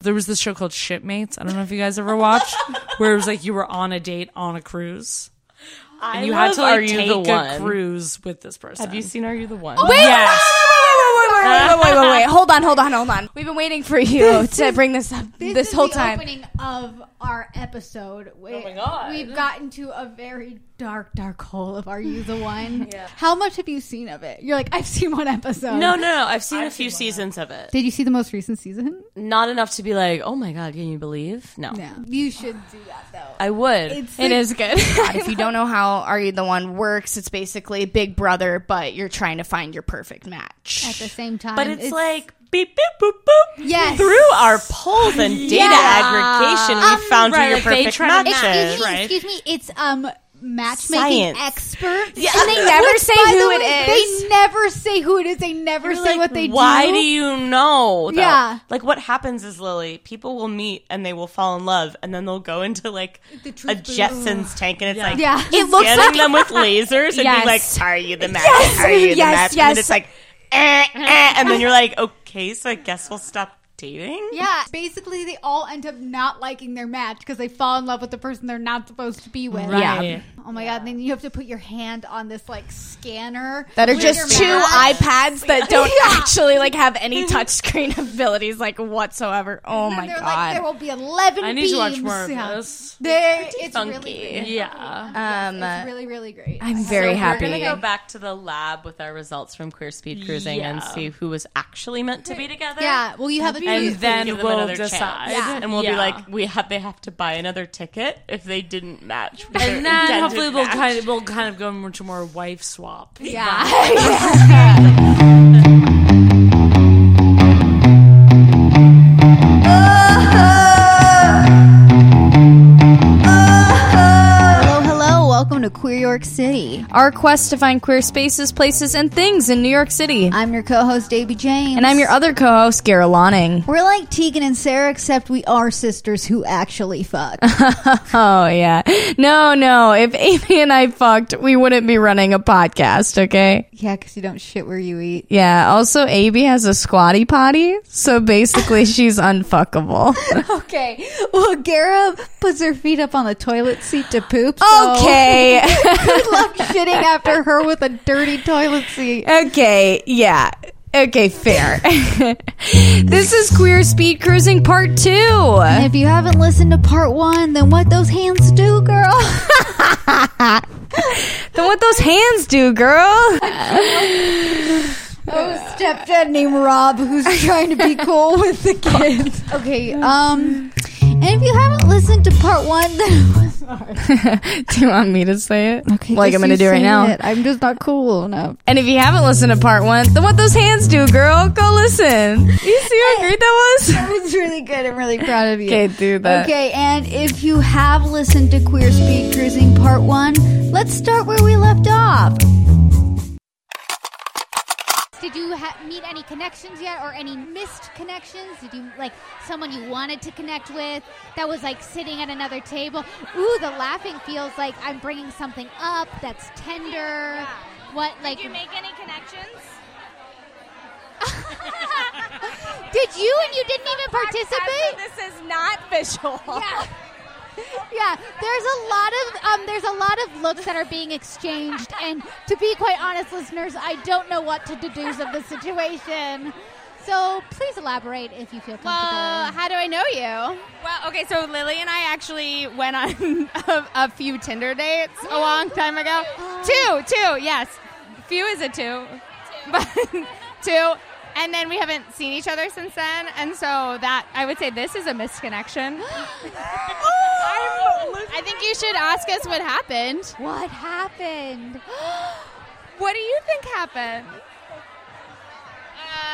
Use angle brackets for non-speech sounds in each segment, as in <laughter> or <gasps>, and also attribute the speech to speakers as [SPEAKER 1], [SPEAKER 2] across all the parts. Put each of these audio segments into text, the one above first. [SPEAKER 1] there was this show called Shipmates. I don't know if you guys ever watched, where it was like you were on a date on a cruise.
[SPEAKER 2] I
[SPEAKER 1] You had to
[SPEAKER 2] love
[SPEAKER 1] like
[SPEAKER 2] Are You
[SPEAKER 1] take
[SPEAKER 2] the
[SPEAKER 1] a
[SPEAKER 2] One? Oh,
[SPEAKER 1] cruise with this person.
[SPEAKER 2] Have you seen Are You the One?
[SPEAKER 3] Wait,
[SPEAKER 1] Yes.
[SPEAKER 3] wait, wait, wait, wait, wait, wait, wait, wait, wait. Hold on, hold on, hold on. We've been waiting for you to bring this up this,
[SPEAKER 4] is
[SPEAKER 3] whole
[SPEAKER 4] the
[SPEAKER 3] time.
[SPEAKER 4] opening of our episode. We, oh
[SPEAKER 2] my God.
[SPEAKER 4] We've gotten to a very dark, dark hole of Are You the One? How much have you seen of it? You're like, I've seen one episode.
[SPEAKER 2] No, no, no. I've seen a few seasons of it.
[SPEAKER 4] Did you see the most recent season?
[SPEAKER 2] Not enough to be like, oh my god, can you believe? No, <laughs>
[SPEAKER 4] No. You should do that though.
[SPEAKER 2] I would.
[SPEAKER 3] It is <laughs> good. if you don't know how Are You the One works, it's basically Big Brother, but you're trying to find your perfect match.
[SPEAKER 4] At the same time,
[SPEAKER 2] but it's, like beep beep boop boop.
[SPEAKER 4] Yes.
[SPEAKER 2] Through our polls and
[SPEAKER 4] <laughs>
[SPEAKER 2] data
[SPEAKER 4] Yeah. Um,
[SPEAKER 2] aggregation, we found who
[SPEAKER 1] right,
[SPEAKER 2] your
[SPEAKER 1] like they
[SPEAKER 2] perfect
[SPEAKER 1] try to
[SPEAKER 2] match
[SPEAKER 4] excuse
[SPEAKER 2] is.
[SPEAKER 4] me,
[SPEAKER 1] right?
[SPEAKER 4] excuse me. It's um matchmaking
[SPEAKER 2] Science.
[SPEAKER 4] experts.
[SPEAKER 3] Yeah, and
[SPEAKER 4] <laughs>
[SPEAKER 3] they never
[SPEAKER 4] Which,
[SPEAKER 3] say
[SPEAKER 4] by
[SPEAKER 3] who
[SPEAKER 4] the
[SPEAKER 3] it
[SPEAKER 4] way,
[SPEAKER 3] is.
[SPEAKER 4] They never say who it is. They never
[SPEAKER 2] You're
[SPEAKER 4] say
[SPEAKER 2] like,
[SPEAKER 4] what they
[SPEAKER 2] why
[SPEAKER 4] do.
[SPEAKER 2] do. you know? though?
[SPEAKER 4] Yeah.
[SPEAKER 2] Like what happens is Lily, people will meet and they will fall in love, and then they'll go into like
[SPEAKER 4] The
[SPEAKER 2] a
[SPEAKER 4] truth booth.
[SPEAKER 2] Jetsons tank, and it's like
[SPEAKER 4] Yeah.
[SPEAKER 3] It looks
[SPEAKER 2] scanning
[SPEAKER 3] like
[SPEAKER 2] them with lasers and
[SPEAKER 3] Yes.
[SPEAKER 2] be like, "Are you the match?
[SPEAKER 3] Yes.
[SPEAKER 2] Are you the
[SPEAKER 3] Yes,
[SPEAKER 2] match?" And
[SPEAKER 3] yes.
[SPEAKER 2] then it's like, eh, eh, and then you're like, "Okay, so I guess we'll stop dating."
[SPEAKER 4] Yeah, basically they all end up not liking their match because they fall in love with the person they're not supposed to be with.
[SPEAKER 1] Right.
[SPEAKER 3] Yeah.
[SPEAKER 4] Oh my god! Then you have to put your hand on this like scanner
[SPEAKER 3] that are
[SPEAKER 4] with your
[SPEAKER 3] just two
[SPEAKER 4] match.
[SPEAKER 3] iPads that <laughs> don't
[SPEAKER 4] Yeah.
[SPEAKER 3] actually like have any touchscreen <laughs> abilities like whatsoever. Oh
[SPEAKER 4] And
[SPEAKER 3] my
[SPEAKER 4] they're
[SPEAKER 3] god.
[SPEAKER 4] Like, there will be eleven.
[SPEAKER 1] I need to watch more of
[SPEAKER 4] beams." Yeah.
[SPEAKER 1] this.
[SPEAKER 4] They- it's
[SPEAKER 2] funky.
[SPEAKER 4] really, really,
[SPEAKER 1] Yeah.
[SPEAKER 3] um,
[SPEAKER 4] it's really, really great.
[SPEAKER 3] I'm very
[SPEAKER 2] So
[SPEAKER 3] happy.
[SPEAKER 2] We're gonna go back to the lab with our results from Queer Speed Cruising and
[SPEAKER 1] Yeah.
[SPEAKER 2] see who was actually meant to be together.
[SPEAKER 4] yeah. Well, you have a
[SPEAKER 1] And
[SPEAKER 4] choose.
[SPEAKER 1] then
[SPEAKER 2] Give them
[SPEAKER 1] we'll
[SPEAKER 2] another
[SPEAKER 1] decide.
[SPEAKER 2] chance.
[SPEAKER 4] Yeah.
[SPEAKER 2] And we'll
[SPEAKER 1] Yeah.
[SPEAKER 2] be like, we have they have to buy another ticket if they didn't match. with their
[SPEAKER 1] And then
[SPEAKER 2] intended
[SPEAKER 1] hopefully we'll
[SPEAKER 2] match.
[SPEAKER 1] kind of we'll kind of go into more wife swap.
[SPEAKER 4] yeah. hello, hello. Welcome to Queer York City.
[SPEAKER 3] Our quest to find queer spaces, places, and things in New York City.
[SPEAKER 4] I'm your co-host, Davy James,
[SPEAKER 3] And I'm your other co host, Gara Lonning.
[SPEAKER 4] We're like Tegan and Sarah, except we are sisters who actually
[SPEAKER 3] <laughs>
[SPEAKER 4] fuck.
[SPEAKER 3] Oh, yeah. No, no. If Amy and I fucked, we wouldn't be running a podcast, okay?
[SPEAKER 4] yeah, because you don't shit where you eat.
[SPEAKER 3] Yeah. Also, Amy has a squatty potty. So basically, <laughs> she's unfuckable.
[SPEAKER 4] <laughs> Okay. Well, Gara puts her feet up on the toilet seat to poop. so-
[SPEAKER 3] Okay.
[SPEAKER 4] <laughs> Good luck shitting after her with a dirty toilet seat.
[SPEAKER 3] <laughs> okay. Yeah. Okay, fair. <laughs> this is Queer Speed Cruising Part <laughs> 2.
[SPEAKER 4] If you haven't listened to part one, then what those hands do, girl?
[SPEAKER 3] Then what those hands do, girl? <laughs>
[SPEAKER 4] oh, stepdad named Rob who's <laughs> trying to be cool with the kids. Okay, um, and if you haven't listened to part one, then
[SPEAKER 3] do you want me to say it? Like I'm going to do right now.
[SPEAKER 4] I'm just not cool enough.
[SPEAKER 3] And if you haven't listened to part one, then what those hands do, girl? Go listen. You see how great that
[SPEAKER 4] <laughs>
[SPEAKER 3] was?
[SPEAKER 4] That was really good. I'm really proud of you.
[SPEAKER 3] Okay, do that.
[SPEAKER 4] Okay, and if you have listened to Queer Speed Cruising Part 1, let's start where we left off. Did you ha- meet any connections yet or any missed connections? Did you, like, someone you wanted to connect with that was, like, sitting at another table? Ooh, the laughing feels like I'm bringing something up that's tender. What, like,
[SPEAKER 5] Did you make any connections?
[SPEAKER 4] did you and you didn't even participate?
[SPEAKER 5] This is not visual.
[SPEAKER 4] Yeah. Yeah, there's a lot of um, there's a lot of looks that are being exchanged, and to be quite honest, listeners, I don't know what to deduce of the situation. So please elaborate if you feel comfortable.
[SPEAKER 5] Well, how do I know you? Well, okay, so Lily and I actually went on <laughs> a, a few Tinder dates a long time ago. Two, two, yes. Few is a two. But <laughs> two. And then we haven't seen each other since then. And so that, I would say this is a <gasps> misconnection. Oh! <laughs> I think you should ask us what happened.
[SPEAKER 4] what happened?
[SPEAKER 5] What do you think happened?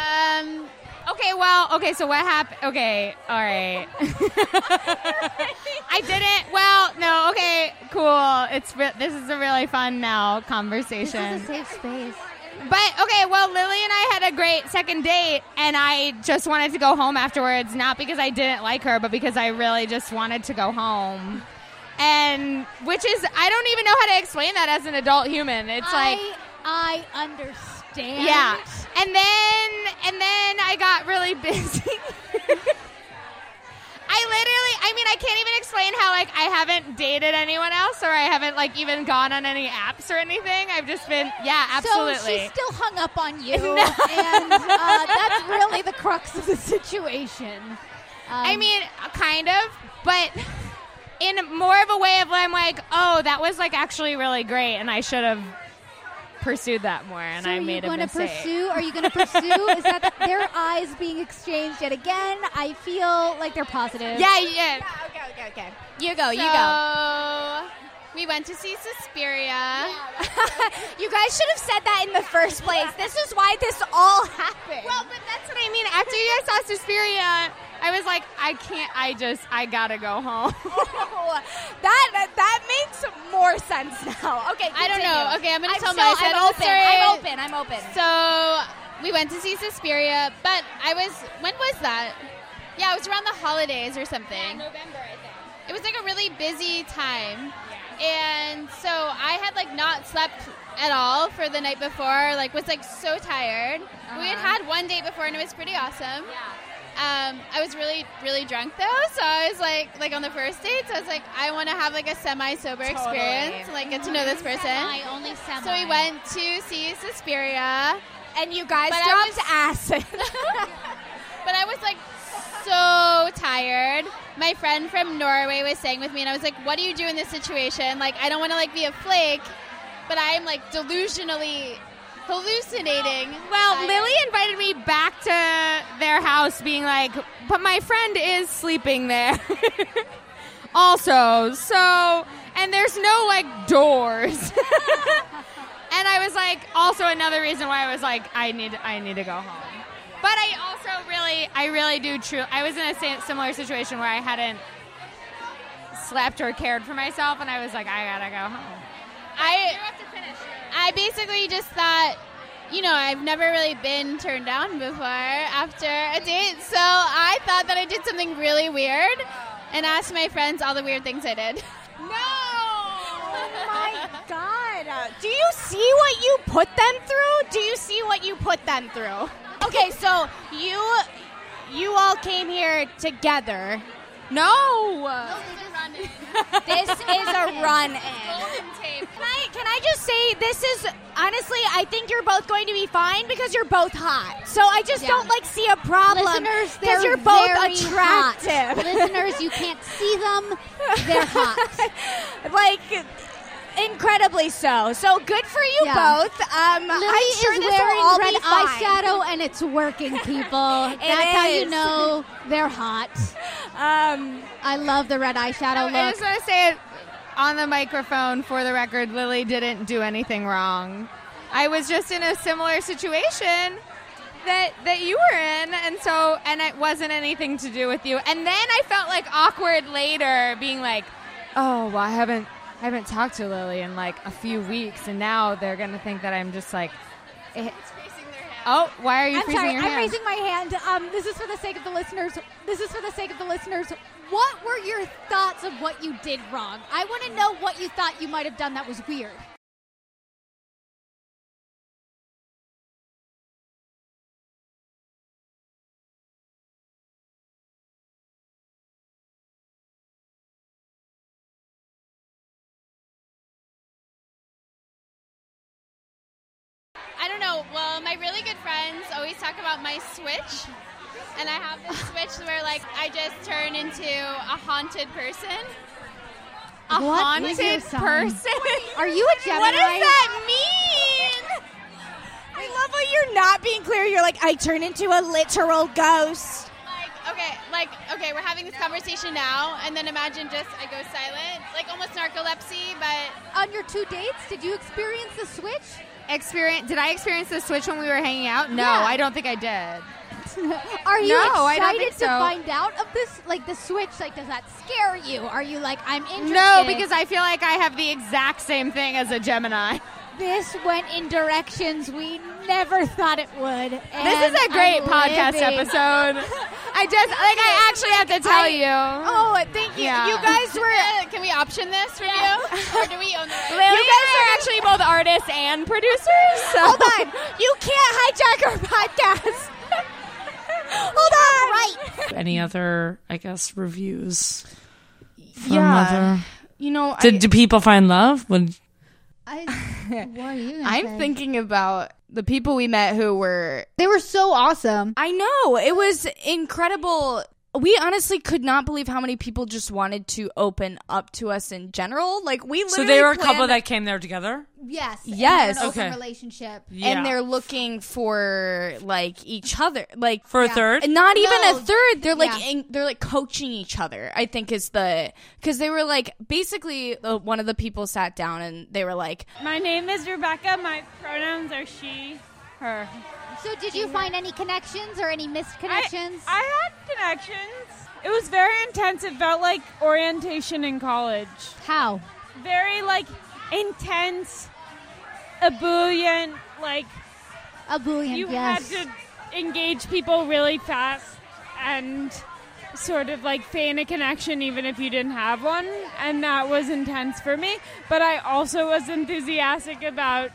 [SPEAKER 5] Um. Okay. Well. Okay. So what happened? Okay. All right. <laughs> I didn't. Well. No. Okay. Cool. It's re- this is a really fun now
[SPEAKER 4] This is a
[SPEAKER 5] conversation.
[SPEAKER 4] safe space.
[SPEAKER 5] But okay. Well, Lily and I had a great second date, and I just wanted to go home afterwards, not because I didn't like her, but because I really just wanted to go home. And which is I don't even know how to explain that as an adult human. It's like
[SPEAKER 4] I, I understand.
[SPEAKER 5] yeah.
[SPEAKER 6] <laughs>
[SPEAKER 5] And then and then I got really busy.
[SPEAKER 6] I can't even explain how like I haven't dated anyone else or I haven't like even gone on any apps or anything. I've just been yeah,
[SPEAKER 7] So
[SPEAKER 6] absolutely.
[SPEAKER 7] she's still hung up on
[SPEAKER 5] <laughs>
[SPEAKER 7] you, and uh, that's really the crux of the situation. Um,
[SPEAKER 6] I mean, kind of, but in more of a way of I'm like, oh, that was like actually really great, and I should have pursued that more, and
[SPEAKER 7] so
[SPEAKER 6] I
[SPEAKER 7] are
[SPEAKER 6] made
[SPEAKER 7] you
[SPEAKER 6] a
[SPEAKER 7] going to
[SPEAKER 6] mistake.
[SPEAKER 7] pursue? Are you going to pursue? Is
[SPEAKER 6] <laughs>
[SPEAKER 7] that their eyes being exchanged yet again? I feel like they're positive.
[SPEAKER 6] yeah, yeah.
[SPEAKER 3] Okay, okay, okay. You go, you go.
[SPEAKER 6] so we went to see Suspiria.
[SPEAKER 3] <laughs> You guys should have said that in the first place. This is why this all happened.
[SPEAKER 6] Well, but that's what I mean. After you guys saw Suspiria, I was like, I can't. I just, I gotta go home.
[SPEAKER 3] <laughs>
[SPEAKER 6] <laughs>
[SPEAKER 3] that that makes more sense now. Okay,
[SPEAKER 6] I don't
[SPEAKER 3] continue.
[SPEAKER 6] know. Okay, I'm gonna tell
[SPEAKER 3] so-
[SPEAKER 6] my side
[SPEAKER 3] I'm
[SPEAKER 6] of the
[SPEAKER 3] open.
[SPEAKER 6] story.
[SPEAKER 3] I'm open. I'm open.
[SPEAKER 6] So we went to see Suspiria, but I was when was that? Yeah, it was around the holidays or something. November, I think. It was like a really busy time, and so I had like not slept at all for the night before. Like was like so tired. We had had one day before, and it was pretty awesome. Yeah. Um, I was really, really drunk though, so I was like, like on the first date, so I was like, I want to have like a semi-sober experience, and, like get to know this person.
[SPEAKER 7] Semi, only semi.
[SPEAKER 6] So we went to see Suspiria,
[SPEAKER 3] and you guys
[SPEAKER 6] But I
[SPEAKER 3] dropped
[SPEAKER 6] was-
[SPEAKER 3] acid.
[SPEAKER 6] but I was like so tired. My friend from Norway was staying with me, and I was like, "What do you do in this situation? Like, I don't want to like be a flake, but I'm like delusionally hallucinating."
[SPEAKER 5] Well,
[SPEAKER 6] tired."
[SPEAKER 5] Lily invited me back to their house, being like, "But my friend is sleeping
[SPEAKER 7] <laughs>
[SPEAKER 5] there." also, so and there's no like doors. <laughs> and I was like, also another reason why I was like, I need, I need to go home. But I also really, I really do. True, I was in a sa- similar situation where I hadn't slept or cared for myself, and I was like, I gotta go home.
[SPEAKER 6] I I basically just thought, you know, I've never really been turned down before after a date, so I thought that I did something really weird and asked my friends all the weird things I did.
[SPEAKER 7] <laughs>
[SPEAKER 6] No.
[SPEAKER 3] my god. Do you see what you put them through? Do you see what you put them through? Okay, so you you all came here together.
[SPEAKER 5] No.
[SPEAKER 3] This is a run in. Can I, can I just say this is honestly I think you're both going to be fine because you're both hot. So I just don't like see a problem
[SPEAKER 7] Listeners, they're
[SPEAKER 3] because you're both
[SPEAKER 7] very
[SPEAKER 3] attractive.
[SPEAKER 7] hot. Listeners, you can't see them. They're
[SPEAKER 3] <laughs>
[SPEAKER 7] hot.
[SPEAKER 3] like incredibly so. So good for you
[SPEAKER 7] Yeah.
[SPEAKER 3] both. Um,
[SPEAKER 7] Lily
[SPEAKER 3] I'm sure
[SPEAKER 7] is
[SPEAKER 3] this
[SPEAKER 7] wearing
[SPEAKER 3] will all
[SPEAKER 7] red
[SPEAKER 3] be fine.
[SPEAKER 7] eyeshadow, and it's working,
[SPEAKER 3] <laughs>
[SPEAKER 7] people. That's how you
[SPEAKER 3] is.
[SPEAKER 7] know they're hot.
[SPEAKER 3] <laughs> Um, Oh,
[SPEAKER 7] I love the red
[SPEAKER 5] I
[SPEAKER 7] eyeshadow look.
[SPEAKER 5] just want to say it on the microphone for the record. Lily didn't do anything wrong. I was just in a similar situation that that you were in, and so and it wasn't anything to do with you. And then I felt like awkward later, being like, "Oh, well, I haven't I haven't talked to Lily in like a few weeks, and now they're gonna think that I'm just like." eh, Oh, why are you
[SPEAKER 7] I'm
[SPEAKER 5] freezing
[SPEAKER 7] sorry,
[SPEAKER 5] your
[SPEAKER 7] I'm
[SPEAKER 5] hand?
[SPEAKER 7] raising my hand. Um, this is for the sake of the listeners. This is for the sake of the listeners. What were your thoughts of what you did wrong? I want to know what you thought you might have done that was weird.
[SPEAKER 6] I don't know. Well, my really good friends always talk about my switch. And I have this switch where, like, I just turn into a haunted person.
[SPEAKER 5] a
[SPEAKER 7] What
[SPEAKER 5] haunted
[SPEAKER 7] is your sign?
[SPEAKER 5] person.
[SPEAKER 7] Are <laughs> you a Gemini?
[SPEAKER 5] What does that mean?
[SPEAKER 3] I love how you're not being clear. You're like, I turn into a literal ghost.
[SPEAKER 6] Like, okay, like, okay, we're having this conversation now, and then imagine just I go silent, like almost narcolepsy, but
[SPEAKER 7] On your two dates, did you experience the switch?
[SPEAKER 5] experience did I experience the switch when we were hanging out? No,
[SPEAKER 7] Yeah.
[SPEAKER 5] I don't think I did.
[SPEAKER 7] Are you
[SPEAKER 5] No, I
[SPEAKER 7] excited
[SPEAKER 5] don't think
[SPEAKER 7] to
[SPEAKER 5] so.
[SPEAKER 7] find out of this? Like the switch? Like does that scare you? Are you like I'm interested?
[SPEAKER 5] No, because I feel like I have the exact same thing as a Gemini.
[SPEAKER 7] this went in directions we never thought it would.
[SPEAKER 5] this
[SPEAKER 7] and
[SPEAKER 5] is a great
[SPEAKER 7] I'm
[SPEAKER 5] podcast
[SPEAKER 7] living.
[SPEAKER 3] <laughs>
[SPEAKER 5] episode. I just like I actually have to tell
[SPEAKER 3] I-
[SPEAKER 5] you.
[SPEAKER 3] Oh, thank you.
[SPEAKER 5] Yeah.
[SPEAKER 3] You guys were.
[SPEAKER 6] Uh, can we option this for you? <laughs> Or do we own the right?
[SPEAKER 5] Lily you guys are actually both artists and producers. So.
[SPEAKER 3] Hold on. You can't hijack our podcast. Hold on. Right.
[SPEAKER 8] Any other, I guess, reviews?
[SPEAKER 1] for mother?
[SPEAKER 9] You know,
[SPEAKER 1] Did,
[SPEAKER 9] I,
[SPEAKER 1] do people find love? Would
[SPEAKER 7] I, what are you? gonna
[SPEAKER 9] I'm
[SPEAKER 7] say?
[SPEAKER 9] thinking about the people we met who were
[SPEAKER 7] they were so awesome.
[SPEAKER 3] I know. It was incredible. We honestly could not believe how many people just wanted to open up to us in general. Like we
[SPEAKER 1] so
[SPEAKER 3] literally
[SPEAKER 1] they were a
[SPEAKER 3] planned-
[SPEAKER 1] couple that came there together.
[SPEAKER 7] Yes. and
[SPEAKER 3] Yes.
[SPEAKER 7] they're in an open
[SPEAKER 1] Okay.
[SPEAKER 7] Relationship.
[SPEAKER 1] Yeah.
[SPEAKER 3] and they're looking for like each other. Like
[SPEAKER 1] for a third.
[SPEAKER 3] And not even
[SPEAKER 7] No.
[SPEAKER 3] a third. They're like
[SPEAKER 7] Yeah.
[SPEAKER 3] in, they're like coaching each other. I think is the because they were like basically uh, one of the people sat down and they were like,
[SPEAKER 8] My name is Rebecca. My pronouns are she, her.
[SPEAKER 7] So did you find any connections or any missed
[SPEAKER 8] I,
[SPEAKER 7] connections?
[SPEAKER 8] I had connections. It was very intense. It felt like orientation in college.
[SPEAKER 7] How?
[SPEAKER 8] Very like intense, ebullient. Like
[SPEAKER 7] A boolean.
[SPEAKER 8] you
[SPEAKER 7] yes.
[SPEAKER 8] had to engage people really fast and sort of like feign a connection even if you didn't have one and that was intense for me but i also was enthusiastic about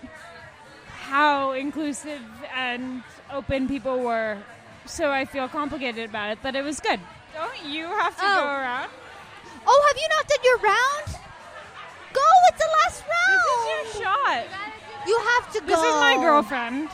[SPEAKER 8] how inclusive and open people were so i feel complicated about it but it was good don't you have to go around
[SPEAKER 7] oh, have you not done your round? Go. It's the last round.
[SPEAKER 8] this is your shot
[SPEAKER 7] you have to go.
[SPEAKER 8] this is my girlfriend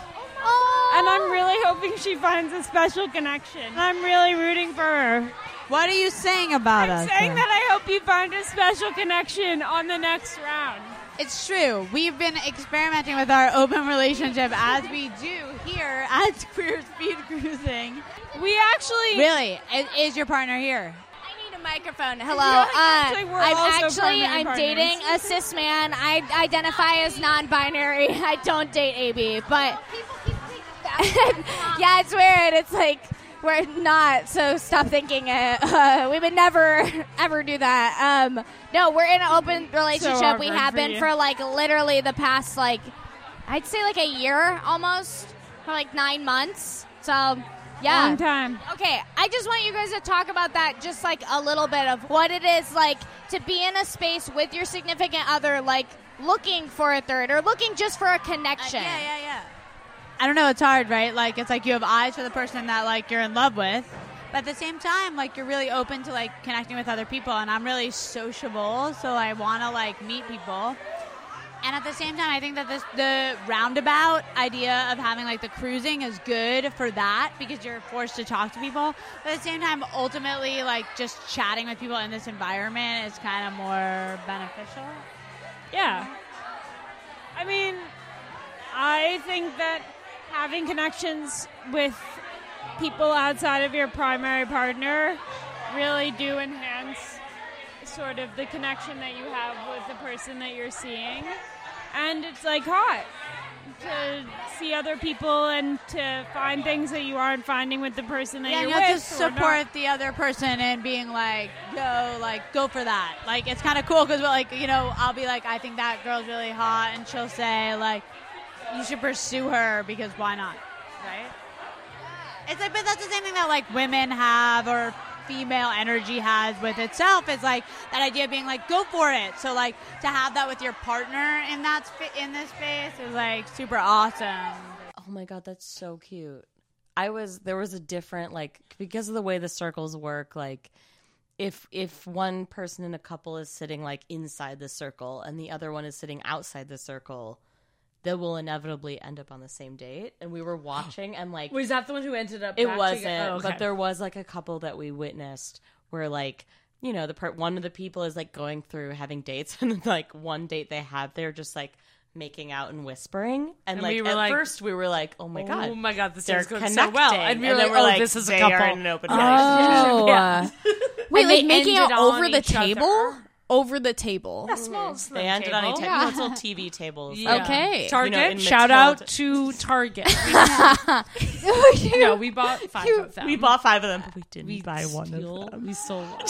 [SPEAKER 7] Oh.
[SPEAKER 8] and i'm really hoping she finds a special connection i'm really rooting for her
[SPEAKER 10] What are you saying about
[SPEAKER 8] I'm
[SPEAKER 10] us?
[SPEAKER 8] saying that I hope you find a special connection on the next round.
[SPEAKER 9] It's true. We've been experimenting with our open relationship as we do here at Queer Speed Cruising.
[SPEAKER 8] We actually
[SPEAKER 10] Really? I- Is your partner here?
[SPEAKER 3] "I need a microphone. Hello,
[SPEAKER 8] Yeah,
[SPEAKER 3] uh,
[SPEAKER 8] actually, we're
[SPEAKER 3] I'm
[SPEAKER 8] also
[SPEAKER 3] actually
[SPEAKER 8] primary
[SPEAKER 3] I'm
[SPEAKER 8] partners.
[SPEAKER 3] dating a cis man. I identify as non-binary. <laughs> I don't date AB,
[SPEAKER 8] Oh,
[SPEAKER 3] but <laughs> yeah, it's weird. It's like we're not. So stop thinking it. <laughs> Uh, we would never <laughs> ever do that. Um, no, we're in an open relationship.
[SPEAKER 8] awkward
[SPEAKER 3] we have
[SPEAKER 8] for
[SPEAKER 3] been
[SPEAKER 8] you.
[SPEAKER 3] for like literally the past like I'd say like a year almost, or like nine months. So yeah,
[SPEAKER 8] long time.
[SPEAKER 3] Okay, I just want you guys to talk about that just like a little bit of what it is like to be in a space with your significant other, like looking for a third or looking just for a connection.
[SPEAKER 11] Uh,
[SPEAKER 10] yeah, yeah. I don't know. It's hard, right? Like, it's like you have eyes for the person that like you're in love with, but at the same time, like you're really open to like connecting with other people. And I'm really sociable, so I want to like meet people. And at the same time, I think that this the roundabout idea of having like the cruising is good for that because you're forced to talk to people. But at the same time, ultimately, like just chatting with people in this environment is kind of more beneficial.
[SPEAKER 8] Yeah. I mean, I think that having connections with people outside of your primary partner really do enhance sort of the connection that you have with the person that you're seeing. And it's like hot to see other people and to find things that you aren't finding with the person that
[SPEAKER 10] Yeah,
[SPEAKER 8] you're
[SPEAKER 10] you
[SPEAKER 8] with.
[SPEAKER 10] have to
[SPEAKER 8] or not.
[SPEAKER 10] support the other person and being like, go, like, go for that. Like, it's kind of cool because, like, you know, I'll be like, I think that girl's really hot, and she'll say, like, you should pursue her because why not? Right? It's like, but that's the same thing that, like, women have or female energy has with itself. It's like that idea of being like, go for it. So, like, to have that with your partner in that sp- in this space is, like, super awesome.
[SPEAKER 2] Oh my god, that's so cute. I was there was a different like because of the way the circles work like if if one person in a couple is sitting like inside the circle and the other one is sitting outside the circle, they will inevitably end up on the same date. And we were watching and like
[SPEAKER 1] Was that the one who ended up? oh,
[SPEAKER 2] it wasn't, but there was like a couple that we witnessed where like you know the per- one of the people is like going through having dates <laughs> and then, like one date they have they're just like making out and whispering and,
[SPEAKER 1] And
[SPEAKER 2] like
[SPEAKER 1] we were
[SPEAKER 2] at
[SPEAKER 1] like,
[SPEAKER 2] first we were like oh my god
[SPEAKER 1] Oh my god, this
[SPEAKER 2] they're
[SPEAKER 1] is going so well.
[SPEAKER 2] connecting.
[SPEAKER 1] And we
[SPEAKER 2] And
[SPEAKER 1] were
[SPEAKER 2] then
[SPEAKER 1] like,
[SPEAKER 2] we're
[SPEAKER 1] oh,
[SPEAKER 2] like,
[SPEAKER 1] this is a
[SPEAKER 11] they
[SPEAKER 1] couple.
[SPEAKER 11] are in an open
[SPEAKER 3] Oh, wait,
[SPEAKER 1] And
[SPEAKER 3] like
[SPEAKER 1] they
[SPEAKER 3] making out
[SPEAKER 1] ended
[SPEAKER 3] over
[SPEAKER 1] on
[SPEAKER 3] the
[SPEAKER 1] each
[SPEAKER 3] table?
[SPEAKER 1] other.
[SPEAKER 3] Over the table.
[SPEAKER 1] small
[SPEAKER 2] they ended on a
[SPEAKER 1] table.
[SPEAKER 2] ta-
[SPEAKER 1] Yeah.
[SPEAKER 2] little TV tables.
[SPEAKER 1] Yeah.
[SPEAKER 3] Okay.
[SPEAKER 1] Target.
[SPEAKER 2] You know, in
[SPEAKER 1] shout
[SPEAKER 2] Matilda-
[SPEAKER 1] out to Target. <laughs> no, we bought five of them.
[SPEAKER 11] We bought five of them, but we didn't
[SPEAKER 1] We
[SPEAKER 11] buy one
[SPEAKER 1] steal-
[SPEAKER 11] of them.
[SPEAKER 1] We sold one.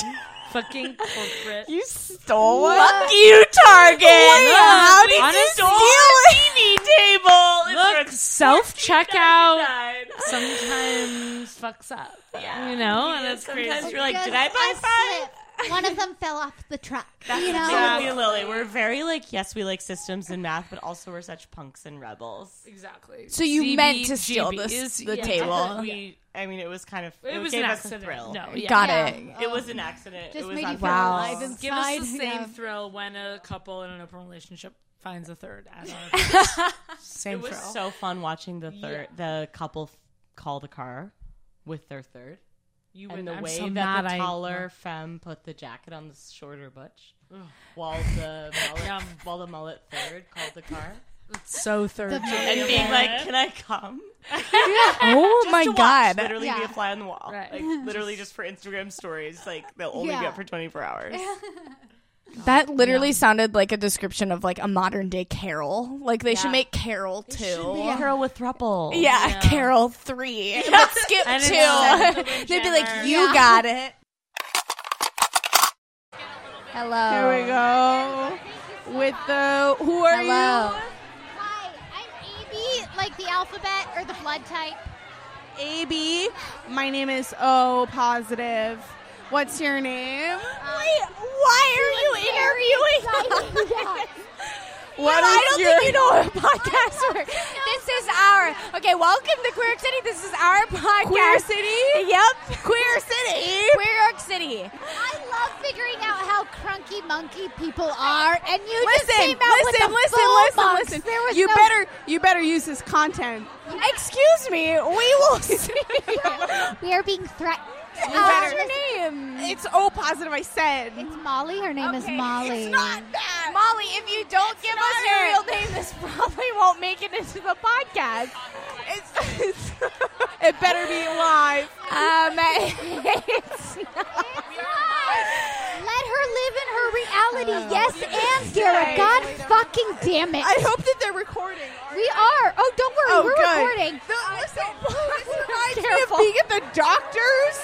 [SPEAKER 1] Fucking corporate.
[SPEAKER 11] You stole one?
[SPEAKER 2] you, Target.
[SPEAKER 11] How did you
[SPEAKER 1] honestly-
[SPEAKER 11] steal a TV table?
[SPEAKER 1] Look, self checkout sometimes fucks up. You know, and it's
[SPEAKER 11] Sometimes
[SPEAKER 1] crazy.
[SPEAKER 11] you're like,
[SPEAKER 7] Because
[SPEAKER 11] did I buy
[SPEAKER 7] I
[SPEAKER 11] five?
[SPEAKER 7] slip. One of them fell off the truck.
[SPEAKER 12] That's
[SPEAKER 7] you know?
[SPEAKER 12] exactly Lily. We're very like, yes, we like systems and math, but also we're such punks and rebels.
[SPEAKER 1] Exactly.
[SPEAKER 3] So you meant to steal this- the table.
[SPEAKER 12] We, I mean, it was kind of.
[SPEAKER 1] It
[SPEAKER 12] It,
[SPEAKER 1] was
[SPEAKER 12] gave
[SPEAKER 1] an
[SPEAKER 12] us
[SPEAKER 1] accident.
[SPEAKER 12] a thrill.
[SPEAKER 1] No, <laughs> yeah.
[SPEAKER 3] Got it.
[SPEAKER 12] It was an accident.
[SPEAKER 7] Just
[SPEAKER 12] it was
[SPEAKER 7] made you
[SPEAKER 12] on
[SPEAKER 7] feel
[SPEAKER 12] purpose.
[SPEAKER 3] alive
[SPEAKER 1] Give us the
[SPEAKER 3] inside.
[SPEAKER 1] same
[SPEAKER 3] Yeah.
[SPEAKER 1] thrill when a couple in an open relationship finds a third. add-on. same
[SPEAKER 12] It was
[SPEAKER 1] thrill.
[SPEAKER 12] so fun watching the third, the couple f- call the car with their third.
[SPEAKER 1] you
[SPEAKER 12] and
[SPEAKER 1] would-
[SPEAKER 12] the
[SPEAKER 1] I'm
[SPEAKER 12] way
[SPEAKER 1] so
[SPEAKER 12] that
[SPEAKER 1] mad I-
[SPEAKER 12] the taller femme put the jacket on the shorter butch, while the mullet,
[SPEAKER 1] Yum.
[SPEAKER 12] while the mullet third called the car
[SPEAKER 1] so third.
[SPEAKER 12] <laughs> and being like, "Can I come?"
[SPEAKER 3] Oh my
[SPEAKER 12] to watch,
[SPEAKER 3] god.
[SPEAKER 12] literally be
[SPEAKER 7] Yeah.
[SPEAKER 12] a fly on the wall,
[SPEAKER 1] Right.
[SPEAKER 12] like literally just for Instagram stories. Like they'll only
[SPEAKER 7] Yeah.
[SPEAKER 12] be up for twenty four hours.
[SPEAKER 3] That literally sounded like a description of like a modern day Carol. Like they should make Carol two.
[SPEAKER 2] Carol with Thruple.
[SPEAKER 3] Yeah, <laughs> Carol three.
[SPEAKER 7] <laughs>
[SPEAKER 3] But skip two. <laughs> They'd be like, you got it.
[SPEAKER 7] <laughs> Hello.
[SPEAKER 5] Here we go. With the who are
[SPEAKER 7] Hello. Hi, I'm AB, like the alphabet or the blood type.
[SPEAKER 5] you? AB. My name is O positive. What's your name?
[SPEAKER 7] Um, Wait,
[SPEAKER 3] <laughs>
[SPEAKER 7] why are you interviewing? <laughs>
[SPEAKER 5] What is
[SPEAKER 3] I don't
[SPEAKER 5] your
[SPEAKER 3] think you know what a podcast works. This is our okay. Welcome to Queer City. This is our podcast.
[SPEAKER 5] Queer City?
[SPEAKER 3] Yep, Queer City. Queer York City.
[SPEAKER 7] I love figuring out how crunky monkey people are, and you just
[SPEAKER 5] Listen,
[SPEAKER 7] came out
[SPEAKER 5] listen,
[SPEAKER 7] with the
[SPEAKER 5] listen,
[SPEAKER 7] full
[SPEAKER 5] listen,
[SPEAKER 7] box.
[SPEAKER 5] listen.
[SPEAKER 7] There was
[SPEAKER 5] You
[SPEAKER 7] no-
[SPEAKER 5] better you better use this content.
[SPEAKER 3] Excuse me. We
[SPEAKER 7] <laughs>
[SPEAKER 3] will <laughs> see.
[SPEAKER 7] We are being threatened.
[SPEAKER 5] better-
[SPEAKER 7] Um,
[SPEAKER 3] name?
[SPEAKER 5] It's O positive, I said.
[SPEAKER 7] It's Molly. Her name is Molly.
[SPEAKER 3] that. Molly, if you don't give us your real name, this probably won't make it into the podcast.
[SPEAKER 5] It's, it's <laughs> it better be live.
[SPEAKER 3] Um, it's
[SPEAKER 7] Let her live in her reality. yes, and Garrett. God fucking damn it.
[SPEAKER 5] Oh. I hope that they're recording.
[SPEAKER 7] we are. Oh, don't worry.
[SPEAKER 5] Oh,
[SPEAKER 7] We're
[SPEAKER 5] good.
[SPEAKER 7] recording.
[SPEAKER 5] The, listen, this reminds me
[SPEAKER 7] Careful.
[SPEAKER 5] of being at the doctor's.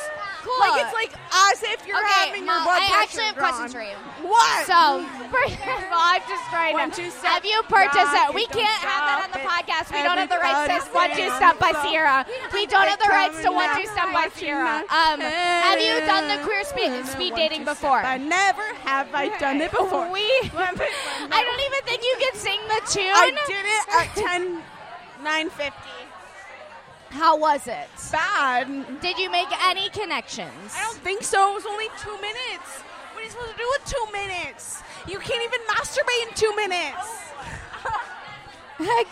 [SPEAKER 5] Like it's like as if you're
[SPEAKER 3] Okay,
[SPEAKER 5] having
[SPEAKER 3] Mom,
[SPEAKER 5] your blood
[SPEAKER 3] I
[SPEAKER 5] pressure
[SPEAKER 3] actually have
[SPEAKER 5] drawn.
[SPEAKER 3] questions for you.
[SPEAKER 10] <laughs>
[SPEAKER 5] What?
[SPEAKER 3] So, first of all, I'm just trying
[SPEAKER 5] One,
[SPEAKER 3] to.
[SPEAKER 5] two, step.
[SPEAKER 3] have you purchased
[SPEAKER 5] Rock
[SPEAKER 3] it? We
[SPEAKER 5] it, don't
[SPEAKER 3] can't have that on the
[SPEAKER 5] stop it.
[SPEAKER 3] podcast. We don't have the rights
[SPEAKER 5] Everybody's
[SPEAKER 3] to One Two
[SPEAKER 5] saying
[SPEAKER 3] Step by
[SPEAKER 5] so.
[SPEAKER 3] Sierra. We don't have the
[SPEAKER 5] They're
[SPEAKER 3] rights to
[SPEAKER 5] coming
[SPEAKER 3] One Two
[SPEAKER 5] now.
[SPEAKER 3] Step by
[SPEAKER 5] Watching
[SPEAKER 3] Sierra.
[SPEAKER 5] us.
[SPEAKER 3] Um, have you done the
[SPEAKER 5] Hey.
[SPEAKER 3] queer speed, speed dating before?
[SPEAKER 5] I never have I done it before.
[SPEAKER 3] We.
[SPEAKER 5] <laughs>
[SPEAKER 3] <laughs>
[SPEAKER 5] I
[SPEAKER 3] I don't even think you can sing the tune.
[SPEAKER 5] did it
[SPEAKER 3] <laughs>
[SPEAKER 5] at ten nine fifty.
[SPEAKER 3] How was it?
[SPEAKER 5] Bad.
[SPEAKER 3] Did you make any connections?
[SPEAKER 5] I don't
[SPEAKER 10] <laughs>
[SPEAKER 5] think so. It was only two minutes. What are you supposed to do with two minutes? You can't even masturbate in two minutes.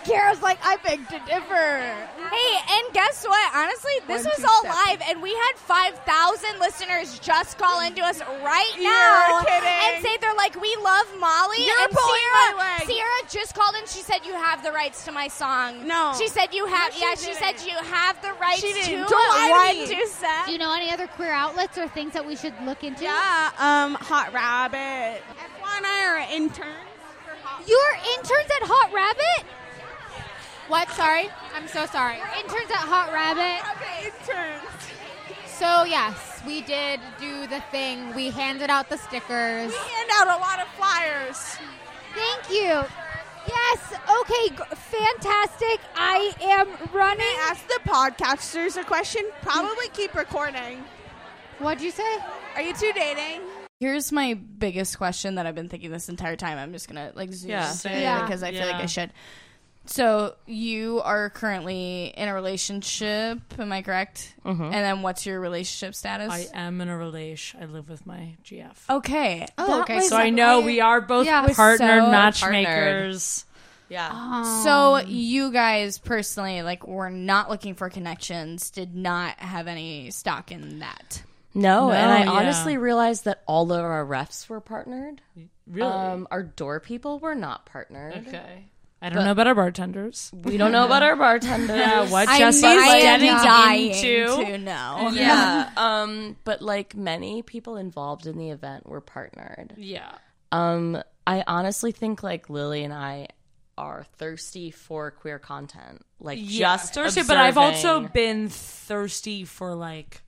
[SPEAKER 3] Kara's like, I beg to differ. Hey, and guess what? Honestly, this
[SPEAKER 5] One,
[SPEAKER 3] was
[SPEAKER 5] two,
[SPEAKER 3] all
[SPEAKER 5] step.
[SPEAKER 3] live, and we had 5,000 listeners just call into us right
[SPEAKER 5] You're
[SPEAKER 3] now
[SPEAKER 5] kidding.
[SPEAKER 3] and say they're like, we love Molly.
[SPEAKER 5] You're
[SPEAKER 3] and
[SPEAKER 5] pulling
[SPEAKER 3] Sierra,
[SPEAKER 5] my leg.
[SPEAKER 3] Sierra just called in. She said, you have the rights to my song.
[SPEAKER 5] No.
[SPEAKER 3] She said, you have,
[SPEAKER 5] she
[SPEAKER 3] yeah, she said,
[SPEAKER 5] didn't.
[SPEAKER 3] you have the rights
[SPEAKER 5] She
[SPEAKER 3] to
[SPEAKER 5] didn't. Don't lie to
[SPEAKER 3] One,
[SPEAKER 5] me.
[SPEAKER 3] two, step.
[SPEAKER 7] Do you know any other queer outlets or things that we should look into?
[SPEAKER 5] Yeah, um, Hot Rabbit. F1 I are interns for Hot
[SPEAKER 7] Your interns at Hot Rabbit?
[SPEAKER 3] What? Sorry. I'm so sorry.
[SPEAKER 7] Your interns at Hot Rabbit?
[SPEAKER 5] Rabbit interns.
[SPEAKER 3] So, yes, we did do the thing. We handed out the stickers.
[SPEAKER 5] We hand out a lot of flyers.
[SPEAKER 7] Thank you. Yes. Okay. g- Fantastic. I am running.
[SPEAKER 5] They asked the podcasters a question. Probably keep recording.
[SPEAKER 7] What'd you say?
[SPEAKER 5] Are you two dating?
[SPEAKER 3] Here's my biggest question that I've been thinking this entire time. I'm just gonna like zoom
[SPEAKER 2] Yeah.
[SPEAKER 3] in
[SPEAKER 7] Yeah.
[SPEAKER 3] because I feel like
[SPEAKER 1] Yeah.
[SPEAKER 3] I should. So you are currently in a relationship, am I correct? And then what's your relationship status?
[SPEAKER 1] Mm-hmm. I am in a relation. I live with my GF.
[SPEAKER 3] okay. Oh, okay.
[SPEAKER 1] so I know we are both partner
[SPEAKER 3] So-
[SPEAKER 1] matchmakers.
[SPEAKER 3] Um,
[SPEAKER 2] Yeah.
[SPEAKER 3] So you guys personally, like, were not looking for connections. Did not have any stock in that.
[SPEAKER 2] No, and I
[SPEAKER 1] yeah.
[SPEAKER 2] honestly realized that all of our refs were partnered.
[SPEAKER 1] Really?
[SPEAKER 2] Um, our door people were not partnered.
[SPEAKER 1] okay. I don't know about our bartenders.
[SPEAKER 2] We don't know about our bartender.
[SPEAKER 1] <laughs> Yeah, what
[SPEAKER 3] I
[SPEAKER 1] Jesse
[SPEAKER 3] know-
[SPEAKER 1] was
[SPEAKER 3] I am
[SPEAKER 1] getting
[SPEAKER 3] dying
[SPEAKER 1] into.
[SPEAKER 3] to know.
[SPEAKER 2] yeah. Um, but like many people involved in the event were partnered.
[SPEAKER 1] Yeah.
[SPEAKER 2] Um, I honestly think like Lily and I are thirsty for queer content. Like just
[SPEAKER 1] thirsty, but I've also
[SPEAKER 2] observing.
[SPEAKER 1] been thirsty for like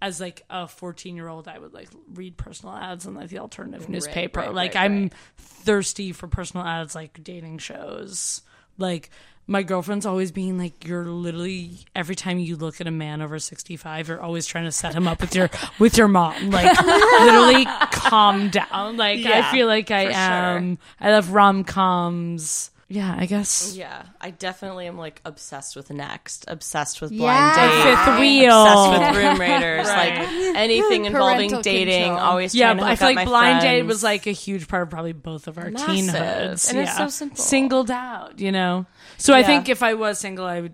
[SPEAKER 1] as like a 14 year old i would like read personal ads in like the alternative newspaper
[SPEAKER 2] right,
[SPEAKER 1] like
[SPEAKER 2] right,
[SPEAKER 1] i'm
[SPEAKER 2] right.
[SPEAKER 1] thirsty for personal ads like dating shows like my girlfriend's always being like, "You're literally every time you look at a man over sixty five, you're always trying to set him up
[SPEAKER 2] <laughs>
[SPEAKER 1] with your with your mom." Like, literally, calm down. Like,
[SPEAKER 2] Yeah,
[SPEAKER 1] I feel like I
[SPEAKER 2] for sure.
[SPEAKER 1] am. I love rom coms. Yeah, I guess.
[SPEAKER 2] Yeah, I definitely am like obsessed with Next, obsessed with Blind
[SPEAKER 1] Yeah.
[SPEAKER 2] Date,
[SPEAKER 1] Fifth Wheel.
[SPEAKER 2] obsessed with Room <laughs> Raiders,
[SPEAKER 1] Right.
[SPEAKER 2] like anything involving
[SPEAKER 1] Parental
[SPEAKER 2] dating.
[SPEAKER 1] control.
[SPEAKER 2] Always
[SPEAKER 1] yeah.
[SPEAKER 2] trying to
[SPEAKER 1] but I
[SPEAKER 2] hook
[SPEAKER 1] feel
[SPEAKER 2] up my
[SPEAKER 1] like blind date
[SPEAKER 2] friends.
[SPEAKER 1] was like a huge part of probably both of our
[SPEAKER 2] Massive.
[SPEAKER 1] teen hoods.
[SPEAKER 2] And it's
[SPEAKER 1] yeah.
[SPEAKER 2] so simple.
[SPEAKER 1] Singled out, you know. So I
[SPEAKER 2] Yeah.
[SPEAKER 1] think if I was single, I would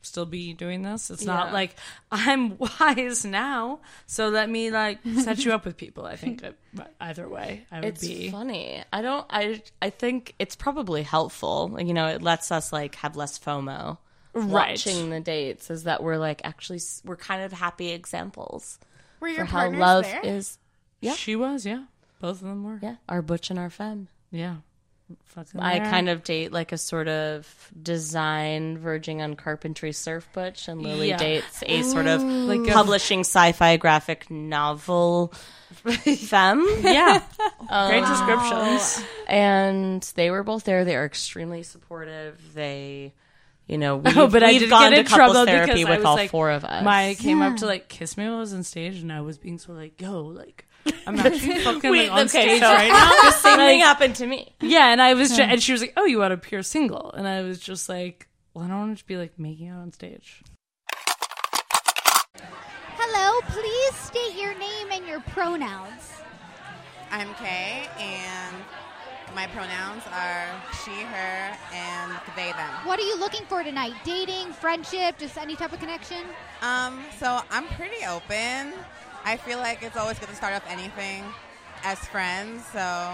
[SPEAKER 1] still be doing this. It's not
[SPEAKER 2] Yeah.
[SPEAKER 1] like I'm <laughs> wise now, so let me like set you up with people. I think that- but either way, I would
[SPEAKER 2] it's
[SPEAKER 1] be
[SPEAKER 2] funny. I don't. I I think it's probably helpful. You know, it lets us like have less FOMO.
[SPEAKER 1] Right.
[SPEAKER 2] Watching the dates is that we're like actually s- we're kind of happy examples
[SPEAKER 1] Were
[SPEAKER 2] for
[SPEAKER 1] your
[SPEAKER 2] how
[SPEAKER 1] partners
[SPEAKER 2] love
[SPEAKER 1] there?
[SPEAKER 2] is. Yeah,
[SPEAKER 1] she was. Yeah, both of them were.
[SPEAKER 2] Yeah, our butch and our femme.
[SPEAKER 1] Yeah, Fucking
[SPEAKER 2] I
[SPEAKER 1] there. <laughs>
[SPEAKER 2] kind of date like a sort of design verging on carpentry surf butch, and Lily
[SPEAKER 1] Yeah.
[SPEAKER 2] dates a sort of
[SPEAKER 1] Ooh. Like a-
[SPEAKER 2] publishing sci-fi graphic
[SPEAKER 1] <laughs>
[SPEAKER 2] novel femme.
[SPEAKER 1] Yeah.
[SPEAKER 2] Wow.
[SPEAKER 1] Great
[SPEAKER 2] Oh,
[SPEAKER 1] descriptions.
[SPEAKER 2] And they were both there. They are extremely supportive. They, you know, we've,
[SPEAKER 1] <laughs> oh, but I
[SPEAKER 2] we've
[SPEAKER 1] did
[SPEAKER 2] gone
[SPEAKER 1] get in
[SPEAKER 2] to couples
[SPEAKER 1] trouble
[SPEAKER 2] therapy
[SPEAKER 1] because I
[SPEAKER 2] with
[SPEAKER 1] was
[SPEAKER 2] all
[SPEAKER 1] like,
[SPEAKER 2] four of us.
[SPEAKER 1] My came
[SPEAKER 2] Yeah.
[SPEAKER 1] up to like kiss me while I was on stage, and I was being so like, "Yo,
[SPEAKER 2] <laughs>
[SPEAKER 1] like." I'm actually fucking
[SPEAKER 2] Wait,
[SPEAKER 1] like, on
[SPEAKER 2] okay,
[SPEAKER 1] stage
[SPEAKER 2] so <laughs>
[SPEAKER 1] right now.
[SPEAKER 2] the same thing
[SPEAKER 1] Like,
[SPEAKER 2] happened to me.
[SPEAKER 1] Yeah, and I was, ju-
[SPEAKER 2] Yeah.
[SPEAKER 1] and she was like, "Oh, you want a pure single?" And I was just like, "Well, I don't want to be like making out on stage."
[SPEAKER 7] Hello, please state your name and your pronouns.
[SPEAKER 13] I'm Kay, and my pronouns are she, her, and they, them.
[SPEAKER 7] What are you looking for tonight? Dating, friendship, just any type of connection?
[SPEAKER 13] Um, so I'm pretty open. I feel like it's always good to start off anything as friends, so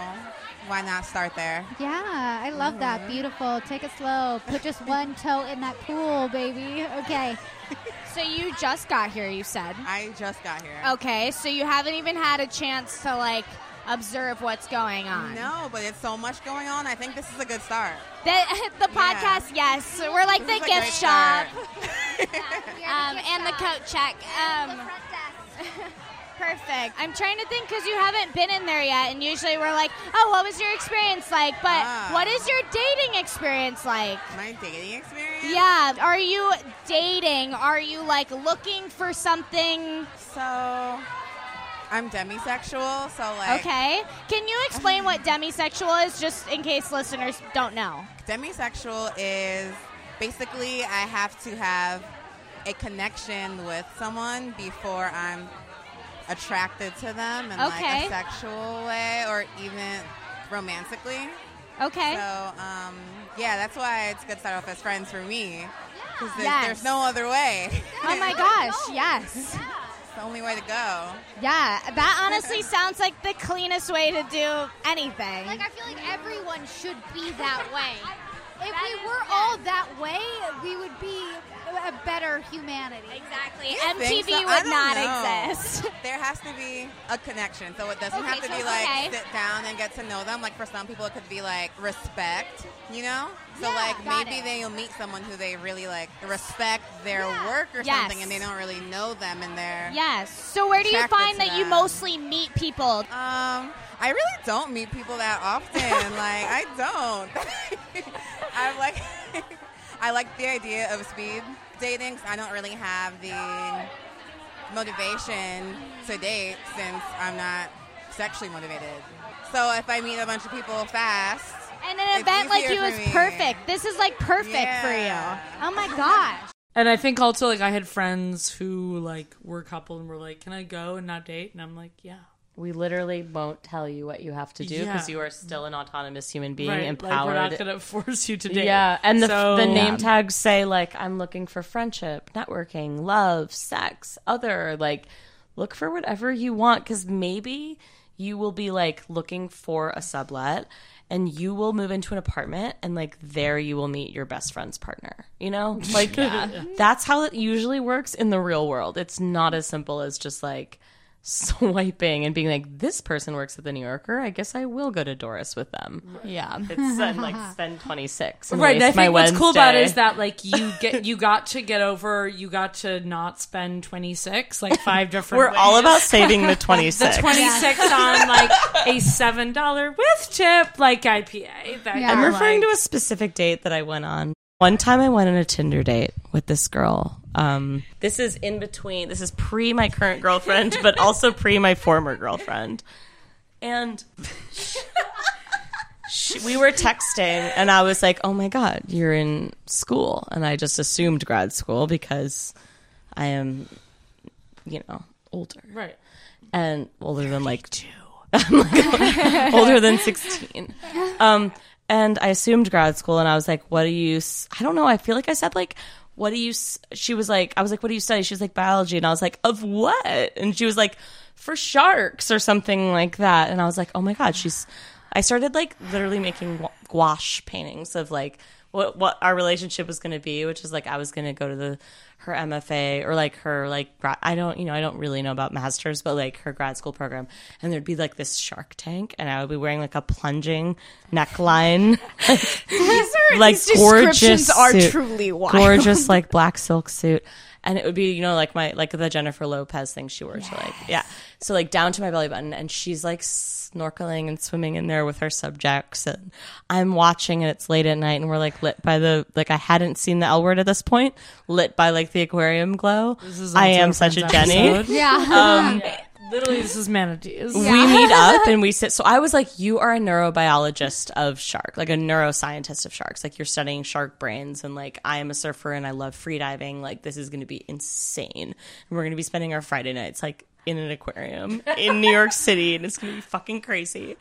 [SPEAKER 13] why not start there?
[SPEAKER 7] Yeah, I love that. Beautiful. Take it slow. Put just one toe in that pool, baby. Okay.
[SPEAKER 6] <laughs> So you just got here, you said.
[SPEAKER 13] I just got here.
[SPEAKER 5] Oh.
[SPEAKER 6] Okay, so you haven't even had a chance to like observe what's going on.
[SPEAKER 13] No, but it's so much going on. I think this is a good start.
[SPEAKER 6] The, <laughs> the podcast, yes, we're
[SPEAKER 13] This
[SPEAKER 6] like the
[SPEAKER 13] is a
[SPEAKER 6] gift
[SPEAKER 13] great
[SPEAKER 6] shop,
[SPEAKER 5] <laughs>
[SPEAKER 4] Um,
[SPEAKER 6] and the coat check. Um, <laughs> perfect. I'm trying to think because you haven't been in there yet, and usually we're like, "Oh, what was your experience like?" But
[SPEAKER 13] Ah.
[SPEAKER 6] what is your dating experience like?
[SPEAKER 13] My dating experience.
[SPEAKER 6] Yeah, are you dating? Are you like looking for something?
[SPEAKER 13] So, I'm demisexual, so like.
[SPEAKER 6] okay, can you explain what demisexual is, just in case listeners don't know?
[SPEAKER 13] Demisexual is basically I have to have a connection with someone before I'm attracted to them in like
[SPEAKER 6] Okay.
[SPEAKER 13] a sexual way or even romantically.
[SPEAKER 6] Okay.
[SPEAKER 13] So um, yeah, that's why it's good to start off as friends for me. Because there's,
[SPEAKER 6] Yes.
[SPEAKER 13] there's no other way.
[SPEAKER 6] Oh my gosh, yes.
[SPEAKER 13] it's the only way to go.
[SPEAKER 6] Yeah, that honestly <laughs> sounds like the cleanest way to do anything.
[SPEAKER 7] Like, I feel like everyone should be that
[SPEAKER 6] <laughs>
[SPEAKER 7] way. If we were all that way, we would be a better humanity.
[SPEAKER 6] Exactly.
[SPEAKER 13] You think so? I don't know.
[SPEAKER 7] <laughs>
[SPEAKER 13] There has to be a connection. So it doesn't
[SPEAKER 7] Okay,
[SPEAKER 13] have to
[SPEAKER 7] so
[SPEAKER 13] be
[SPEAKER 7] it's
[SPEAKER 13] like
[SPEAKER 7] okay.
[SPEAKER 13] sit down and get to know them. Like for some people, it could be like respect, you know? So
[SPEAKER 7] Yeah.
[SPEAKER 13] like
[SPEAKER 7] Got
[SPEAKER 13] maybe
[SPEAKER 7] it.
[SPEAKER 13] they'll meet someone who they really like respect their work or
[SPEAKER 6] Yes.
[SPEAKER 13] something and they don't really know them and they're.
[SPEAKER 6] Yes. So where do you
[SPEAKER 13] attracted
[SPEAKER 6] find
[SPEAKER 13] to
[SPEAKER 6] that you
[SPEAKER 13] them.
[SPEAKER 6] mostly meet people?
[SPEAKER 13] Um, I really don't meet people that often. like I don't. <laughs> I like <laughs> I like the idea of speed dating. 'cause I don't really have the motivation to date since I'm not sexually motivated. So if I meet a bunch of people fast,
[SPEAKER 6] and an event like you is perfect. This is like perfect for you. Oh my gosh.
[SPEAKER 1] And I think also like I had friends who like were a couple and were like, "Can I go and not date?" And I'm like, "Yeah."
[SPEAKER 2] We literally won't tell you what you have to do because
[SPEAKER 1] Yeah.
[SPEAKER 2] you are still an autonomous human being,
[SPEAKER 1] Right, like, we're not
[SPEAKER 2] empowered.
[SPEAKER 1] gonna <laughs> force you to date.
[SPEAKER 2] Yeah, and the
[SPEAKER 1] So-
[SPEAKER 2] the name
[SPEAKER 1] Yeah.
[SPEAKER 2] tags say like I'm looking for friendship, networking, love, sex, other. Like, look for whatever you want because maybe you will be like looking for a sublet, and you will move into an apartment, and like there you will meet your best friend's partner. You know, like
[SPEAKER 1] Yeah.
[SPEAKER 2] that's how it usually works in the real world. It's not as simple as just like <laughs> swiping and being like, this person works at the New Yorker. I guess I will go to Doris with them.
[SPEAKER 3] Yeah.
[SPEAKER 2] It's uh, like spend 26. And
[SPEAKER 1] Right, and I
[SPEAKER 2] waste my
[SPEAKER 1] think what's cool
[SPEAKER 2] Wednesday.
[SPEAKER 1] about it is that like you get you got to get over you got to not spend twenty six like
[SPEAKER 2] <laughs>
[SPEAKER 1] five different.
[SPEAKER 2] We're all
[SPEAKER 1] ways.
[SPEAKER 2] about saving <laughs> the 26.
[SPEAKER 1] The twenty six on like a seven dollar with tip like IPA. That
[SPEAKER 2] I'm
[SPEAKER 1] you're
[SPEAKER 2] referring
[SPEAKER 1] like-
[SPEAKER 2] to a specific date that I went on One time I went on a Tinder date with this girl. Um, this is in between. This is pre my current girlfriend, <laughs> but also pre my former girlfriend. And <laughs> she, we were texting, and I was like, "Oh my god, you're in school," and I just assumed grad school because I am, you know, older,
[SPEAKER 1] Right.
[SPEAKER 2] and older than like two, <laughs> older than sixteen. Um, and I assumed grad school, and I was like, "What do you?" s- I don't know. I feel like I said like. What do you? s-" She was like, I was like, what do you study? She was like, biology, and I was like, of what? And she was like, for sharks or something like that. And I was like, oh my god, she's. I started like literally making gua- gouache paintings of like what what our relationship was going to be, which is like I was going to go to the her MFA or like her like gra- I don't you know I don't really know about masters, but like her grad school program, and there'd be like this Shark Tank, and I would be wearing like a plunging
[SPEAKER 3] <laughs>
[SPEAKER 2] neckline,
[SPEAKER 3] These are-
[SPEAKER 2] like
[SPEAKER 3] these
[SPEAKER 2] gorgeous
[SPEAKER 3] descriptions are
[SPEAKER 2] suit.
[SPEAKER 3] truly wild.
[SPEAKER 2] gorgeous like black silk suit. And it would be, you know, like my like the Jennifer Lopez thing she wore to like yeah. So like down to my belly button and she's like snorkeling and swimming in there with her subjects and I'm watching and it's late at night and we're like lit by the like I hadn't seen the L word at this point, lit by like the aquarium glow.
[SPEAKER 1] This is
[SPEAKER 2] I
[SPEAKER 1] also
[SPEAKER 2] am
[SPEAKER 1] a
[SPEAKER 2] such a
[SPEAKER 1] Friends
[SPEAKER 2] Jenny.
[SPEAKER 1] episode.
[SPEAKER 6] <laughs>
[SPEAKER 2] Um,
[SPEAKER 1] Yeah. Literally, this is manatees.
[SPEAKER 2] we meet up
[SPEAKER 8] <laughs>
[SPEAKER 2] and we sit. So I was like, "You are a neurobiologist of shark, like a neuroscientist of sharks. Like you're studying shark brains, and like I am a surfer and I love free diving. Like this is going to be insane. And we're going to be spending our Friday nights like in an aquarium in New
[SPEAKER 8] <laughs>
[SPEAKER 2] York City, and it's going to be fucking crazy."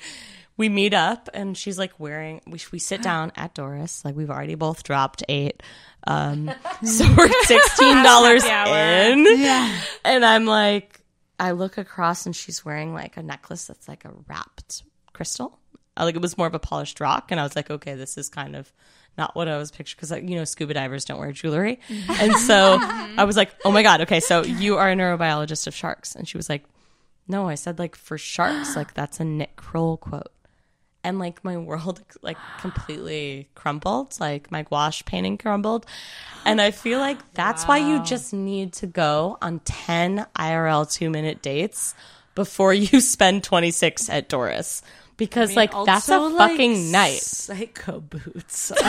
[SPEAKER 2] We meet up and she's like wearing. We, we sit down at Doris. Like we've already both dropped eight. Um, so
[SPEAKER 8] <laughs>
[SPEAKER 2] we're sixteen dollars
[SPEAKER 8] Happy hour.
[SPEAKER 2] in,
[SPEAKER 8] Yeah.
[SPEAKER 2] and I'm like, I look across and she's wearing like a necklace that's like a wrapped crystal. Uh, Like it was more of a polished rock, and I was like, okay, this is kind of not what I was picturing because like, you know scuba divers don't wear jewelry, and so I was like, oh my god, okay, so you are a neurobiologist of sharks, and she was like, no, I said like for sharks, <gasps> like that's a Nick Kroll quote, and like my world <laughs> like completely crumbled, like my gouache painting crumbled, and I feel <gasps> like that's why you just need to go on 10 IRL two minute dates before <laughs> you spend 26 at Doris. Because,
[SPEAKER 1] mean,
[SPEAKER 2] like, that's a
[SPEAKER 1] also, like,
[SPEAKER 2] fucking night.
[SPEAKER 1] Psycho boots. <laughs>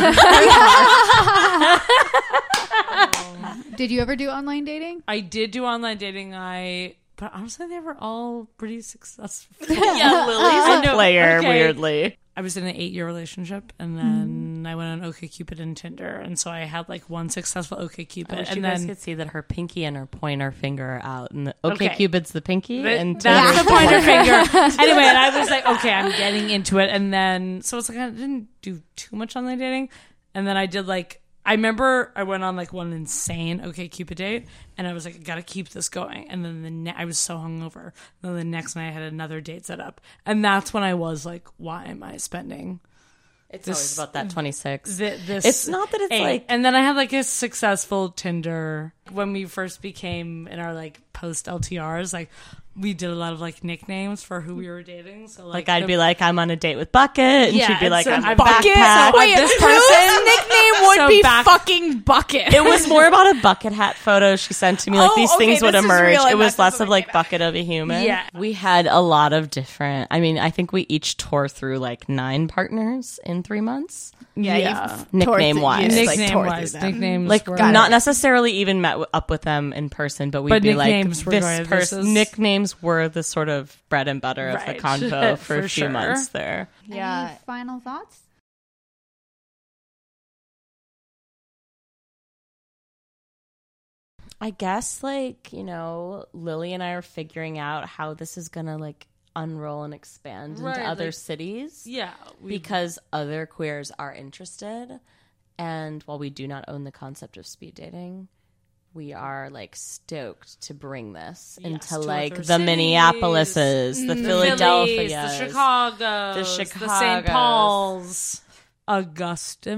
[SPEAKER 7] Did you ever do online dating?
[SPEAKER 1] I did do online dating. I but honestly, they were all pretty successful.
[SPEAKER 2] <laughs>
[SPEAKER 1] <laughs>
[SPEAKER 2] Yeah, Lily's a
[SPEAKER 1] I know,
[SPEAKER 2] player, weirdly. Mm-hmm.
[SPEAKER 1] I was in an eight-year relationship, and then I went on OkCupid and Tinder, and so I had like one successful OkCupid,
[SPEAKER 2] I wish
[SPEAKER 1] and
[SPEAKER 2] you
[SPEAKER 1] then
[SPEAKER 2] guys could see that her pinky and her pointer finger are out, and the, okay,
[SPEAKER 1] Okay.
[SPEAKER 2] Cupid's the pinky,
[SPEAKER 1] Th-
[SPEAKER 2] and
[SPEAKER 1] that's
[SPEAKER 2] Tinder's
[SPEAKER 1] the pointer finger. anyway, and I was like, okay, I'm getting into it, and then so it's like I didn't do too much online dating, and then I did like I remember I went on like one insane OK Cupid date, and I was like, I gotta keep this going, and then the ne- I was so hungover, and then the next night I had another date set up, and that's when I was like, why am I spending?
[SPEAKER 2] It's always about that 26.
[SPEAKER 1] thi- this
[SPEAKER 2] It's not that it's
[SPEAKER 1] eight.
[SPEAKER 2] like-
[SPEAKER 1] And then I had like a successful Tinder when we first became in our like post LTRs. Like we did a lot of like nicknames for who we were dating. So like,
[SPEAKER 2] Like, I'd
[SPEAKER 1] the-
[SPEAKER 2] be like, I'm on a date with Bucket, and
[SPEAKER 1] Yeah,
[SPEAKER 2] she'd be
[SPEAKER 1] and
[SPEAKER 2] like,
[SPEAKER 1] so
[SPEAKER 2] I'm
[SPEAKER 1] I'm
[SPEAKER 2] Bucket.
[SPEAKER 1] Bucket, so Wait, this whose person- <laughs> nickname would be
[SPEAKER 3] fucking
[SPEAKER 2] <laughs>
[SPEAKER 3] bucket.
[SPEAKER 2] it was more about a bucket hat photo she sent to me. Like
[SPEAKER 3] Oh,
[SPEAKER 2] these
[SPEAKER 3] okay,
[SPEAKER 2] things would
[SPEAKER 3] this is
[SPEAKER 2] emerge.
[SPEAKER 3] real. I
[SPEAKER 2] It was
[SPEAKER 3] thought
[SPEAKER 2] less of like bucket of a human.
[SPEAKER 3] Yeah.
[SPEAKER 2] we had a lot of different. I mean, I think we each tore through like nine partners in three months.
[SPEAKER 3] <laughs> Yeah,
[SPEAKER 1] Yeah. you've
[SPEAKER 2] nickname wise,
[SPEAKER 1] Yeah, nickname wise, nicknames
[SPEAKER 2] like
[SPEAKER 1] were-
[SPEAKER 2] not necessarily even met w- up with them in person, but we'd
[SPEAKER 1] But
[SPEAKER 2] be like
[SPEAKER 1] nicknames were going,
[SPEAKER 2] this
[SPEAKER 1] this
[SPEAKER 2] person.
[SPEAKER 1] is-
[SPEAKER 2] Nicknames were the sort of bread and butter of the
[SPEAKER 1] Right. <laughs>
[SPEAKER 2] convo for, a
[SPEAKER 1] For
[SPEAKER 2] few
[SPEAKER 1] sure.
[SPEAKER 2] months there.
[SPEAKER 7] Yeah.
[SPEAKER 3] Any final thoughts?
[SPEAKER 2] I guess like, you know, Lily and I are figuring out how this is going to like unroll and expand
[SPEAKER 1] Right,
[SPEAKER 2] into other
[SPEAKER 1] like-
[SPEAKER 2] cities.
[SPEAKER 1] Yeah, we-
[SPEAKER 2] Because other queers are interested. And while we do not own the concept of speed dating, we are like stoked to bring this into
[SPEAKER 1] to
[SPEAKER 2] like
[SPEAKER 1] other
[SPEAKER 2] the Minneapolises, the,
[SPEAKER 1] cities,
[SPEAKER 2] Philadelphias,
[SPEAKER 1] Phillies, the Chicago,
[SPEAKER 2] the
[SPEAKER 1] the St.
[SPEAKER 2] Chicagos.
[SPEAKER 1] Paul's, Augusta,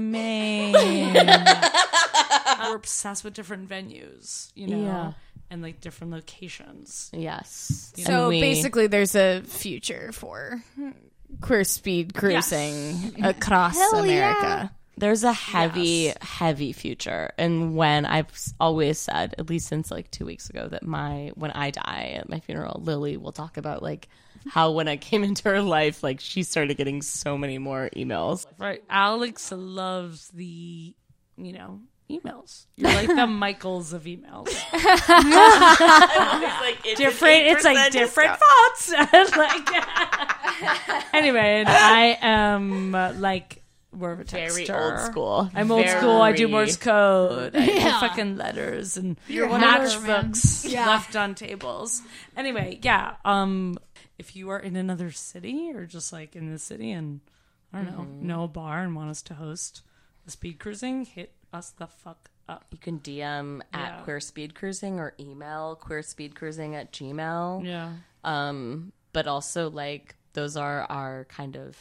[SPEAKER 2] <laughs>
[SPEAKER 1] Maine. We're obsessed with different venues, you know,
[SPEAKER 2] Yeah.
[SPEAKER 1] and like different locations.
[SPEAKER 2] Yes.
[SPEAKER 1] You know?
[SPEAKER 3] So basically, there's a future for queer speed
[SPEAKER 2] <laughs>
[SPEAKER 3] cruising across
[SPEAKER 2] Hell yeah.
[SPEAKER 3] America.
[SPEAKER 2] There's a heavy, heavy future. And when I've s- always said, at least since like two weeks ago, that my, when I die at my funeral, Lily will talk about like how when I came <laughs> into her life, like she started getting so many more emails.
[SPEAKER 1] Right. Alex loves the you know, emails. You're like
[SPEAKER 2] <laughs>
[SPEAKER 1] the Michaels of emails.
[SPEAKER 2] it's
[SPEAKER 1] different.
[SPEAKER 2] an
[SPEAKER 1] It's
[SPEAKER 2] 8%
[SPEAKER 1] like different
[SPEAKER 2] <laughs>
[SPEAKER 1] fonts. <laughs> like, anyway, and I am uh, like more of a
[SPEAKER 2] Very
[SPEAKER 1] texter.
[SPEAKER 2] old school.
[SPEAKER 1] I'm old school. I do
[SPEAKER 2] Very-
[SPEAKER 1] Morse code. I do
[SPEAKER 2] Yeah.
[SPEAKER 1] fucking letters and
[SPEAKER 2] You're one of those
[SPEAKER 1] matchbooks
[SPEAKER 2] men. Yeah.
[SPEAKER 1] left on tables. Anyway, yeah. Um, if you are in another city or just like in the city and I don't
[SPEAKER 2] Mhm.
[SPEAKER 1] know, know a bar and want us to host the speed cruising, hit us the fuck up.
[SPEAKER 2] You can DM
[SPEAKER 1] Yeah.
[SPEAKER 2] at queer speed cruising or email queer speed cruising at gmail.
[SPEAKER 1] Yeah.
[SPEAKER 2] Um, but also like those are our kind of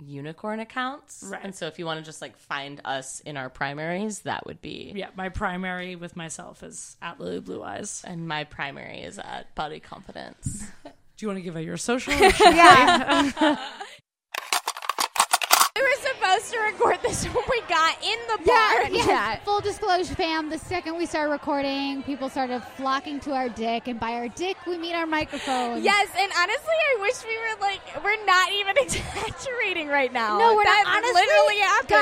[SPEAKER 2] unicorn accounts.
[SPEAKER 1] Right.
[SPEAKER 2] And so if you want to just like find us in our primaries, that would be
[SPEAKER 1] Yeah, my primary with myself is at Lily Blue Eyes.
[SPEAKER 2] And my primary is at Body Confidence.
[SPEAKER 1] <laughs> Do you want to give out your social?
[SPEAKER 14] Yeah. We were supposed to record this <laughs> when we got in the bar.
[SPEAKER 3] <laughs>
[SPEAKER 7] Yeah, yes. Full disclosure, fam. The second we started recording, people started flocking to our dick, and by our dick, we mean our microphones.
[SPEAKER 14] Yes, and honestly, I wish we were like we're not even <laughs> exaggerating right now.
[SPEAKER 7] No, we're
[SPEAKER 14] that
[SPEAKER 7] not.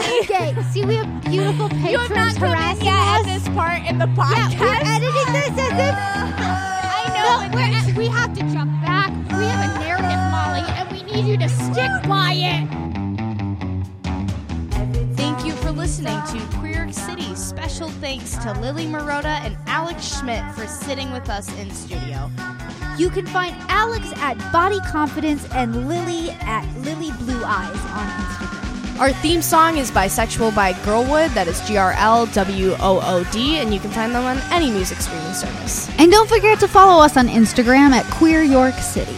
[SPEAKER 7] Honestly,
[SPEAKER 14] literally happened. Molly.
[SPEAKER 7] <laughs> Okay, see, we have beautiful patrons
[SPEAKER 14] You have not come in
[SPEAKER 7] harassing
[SPEAKER 14] yet at
[SPEAKER 7] us.
[SPEAKER 14] this part in the podcast.
[SPEAKER 7] Yeah, we're editing this as
[SPEAKER 14] <laughs>
[SPEAKER 7] if. I know. we're, we have to jump back. We have a narrative, Molly, and we need you to stick by it.
[SPEAKER 3] Thank you for listening to Queer City. Special thanks to Lily Marotta and Alex Schmidt for sitting with us in studio.
[SPEAKER 4] You can find Alex at Body Confidence and Lily at Lily Blue Eyes on Instagram.
[SPEAKER 3] Our theme song is Bisexual by Girlwood, that is G R L W O O D, and you can find them on any music streaming service.
[SPEAKER 4] And don't forget to follow us on Instagram at Queer York City.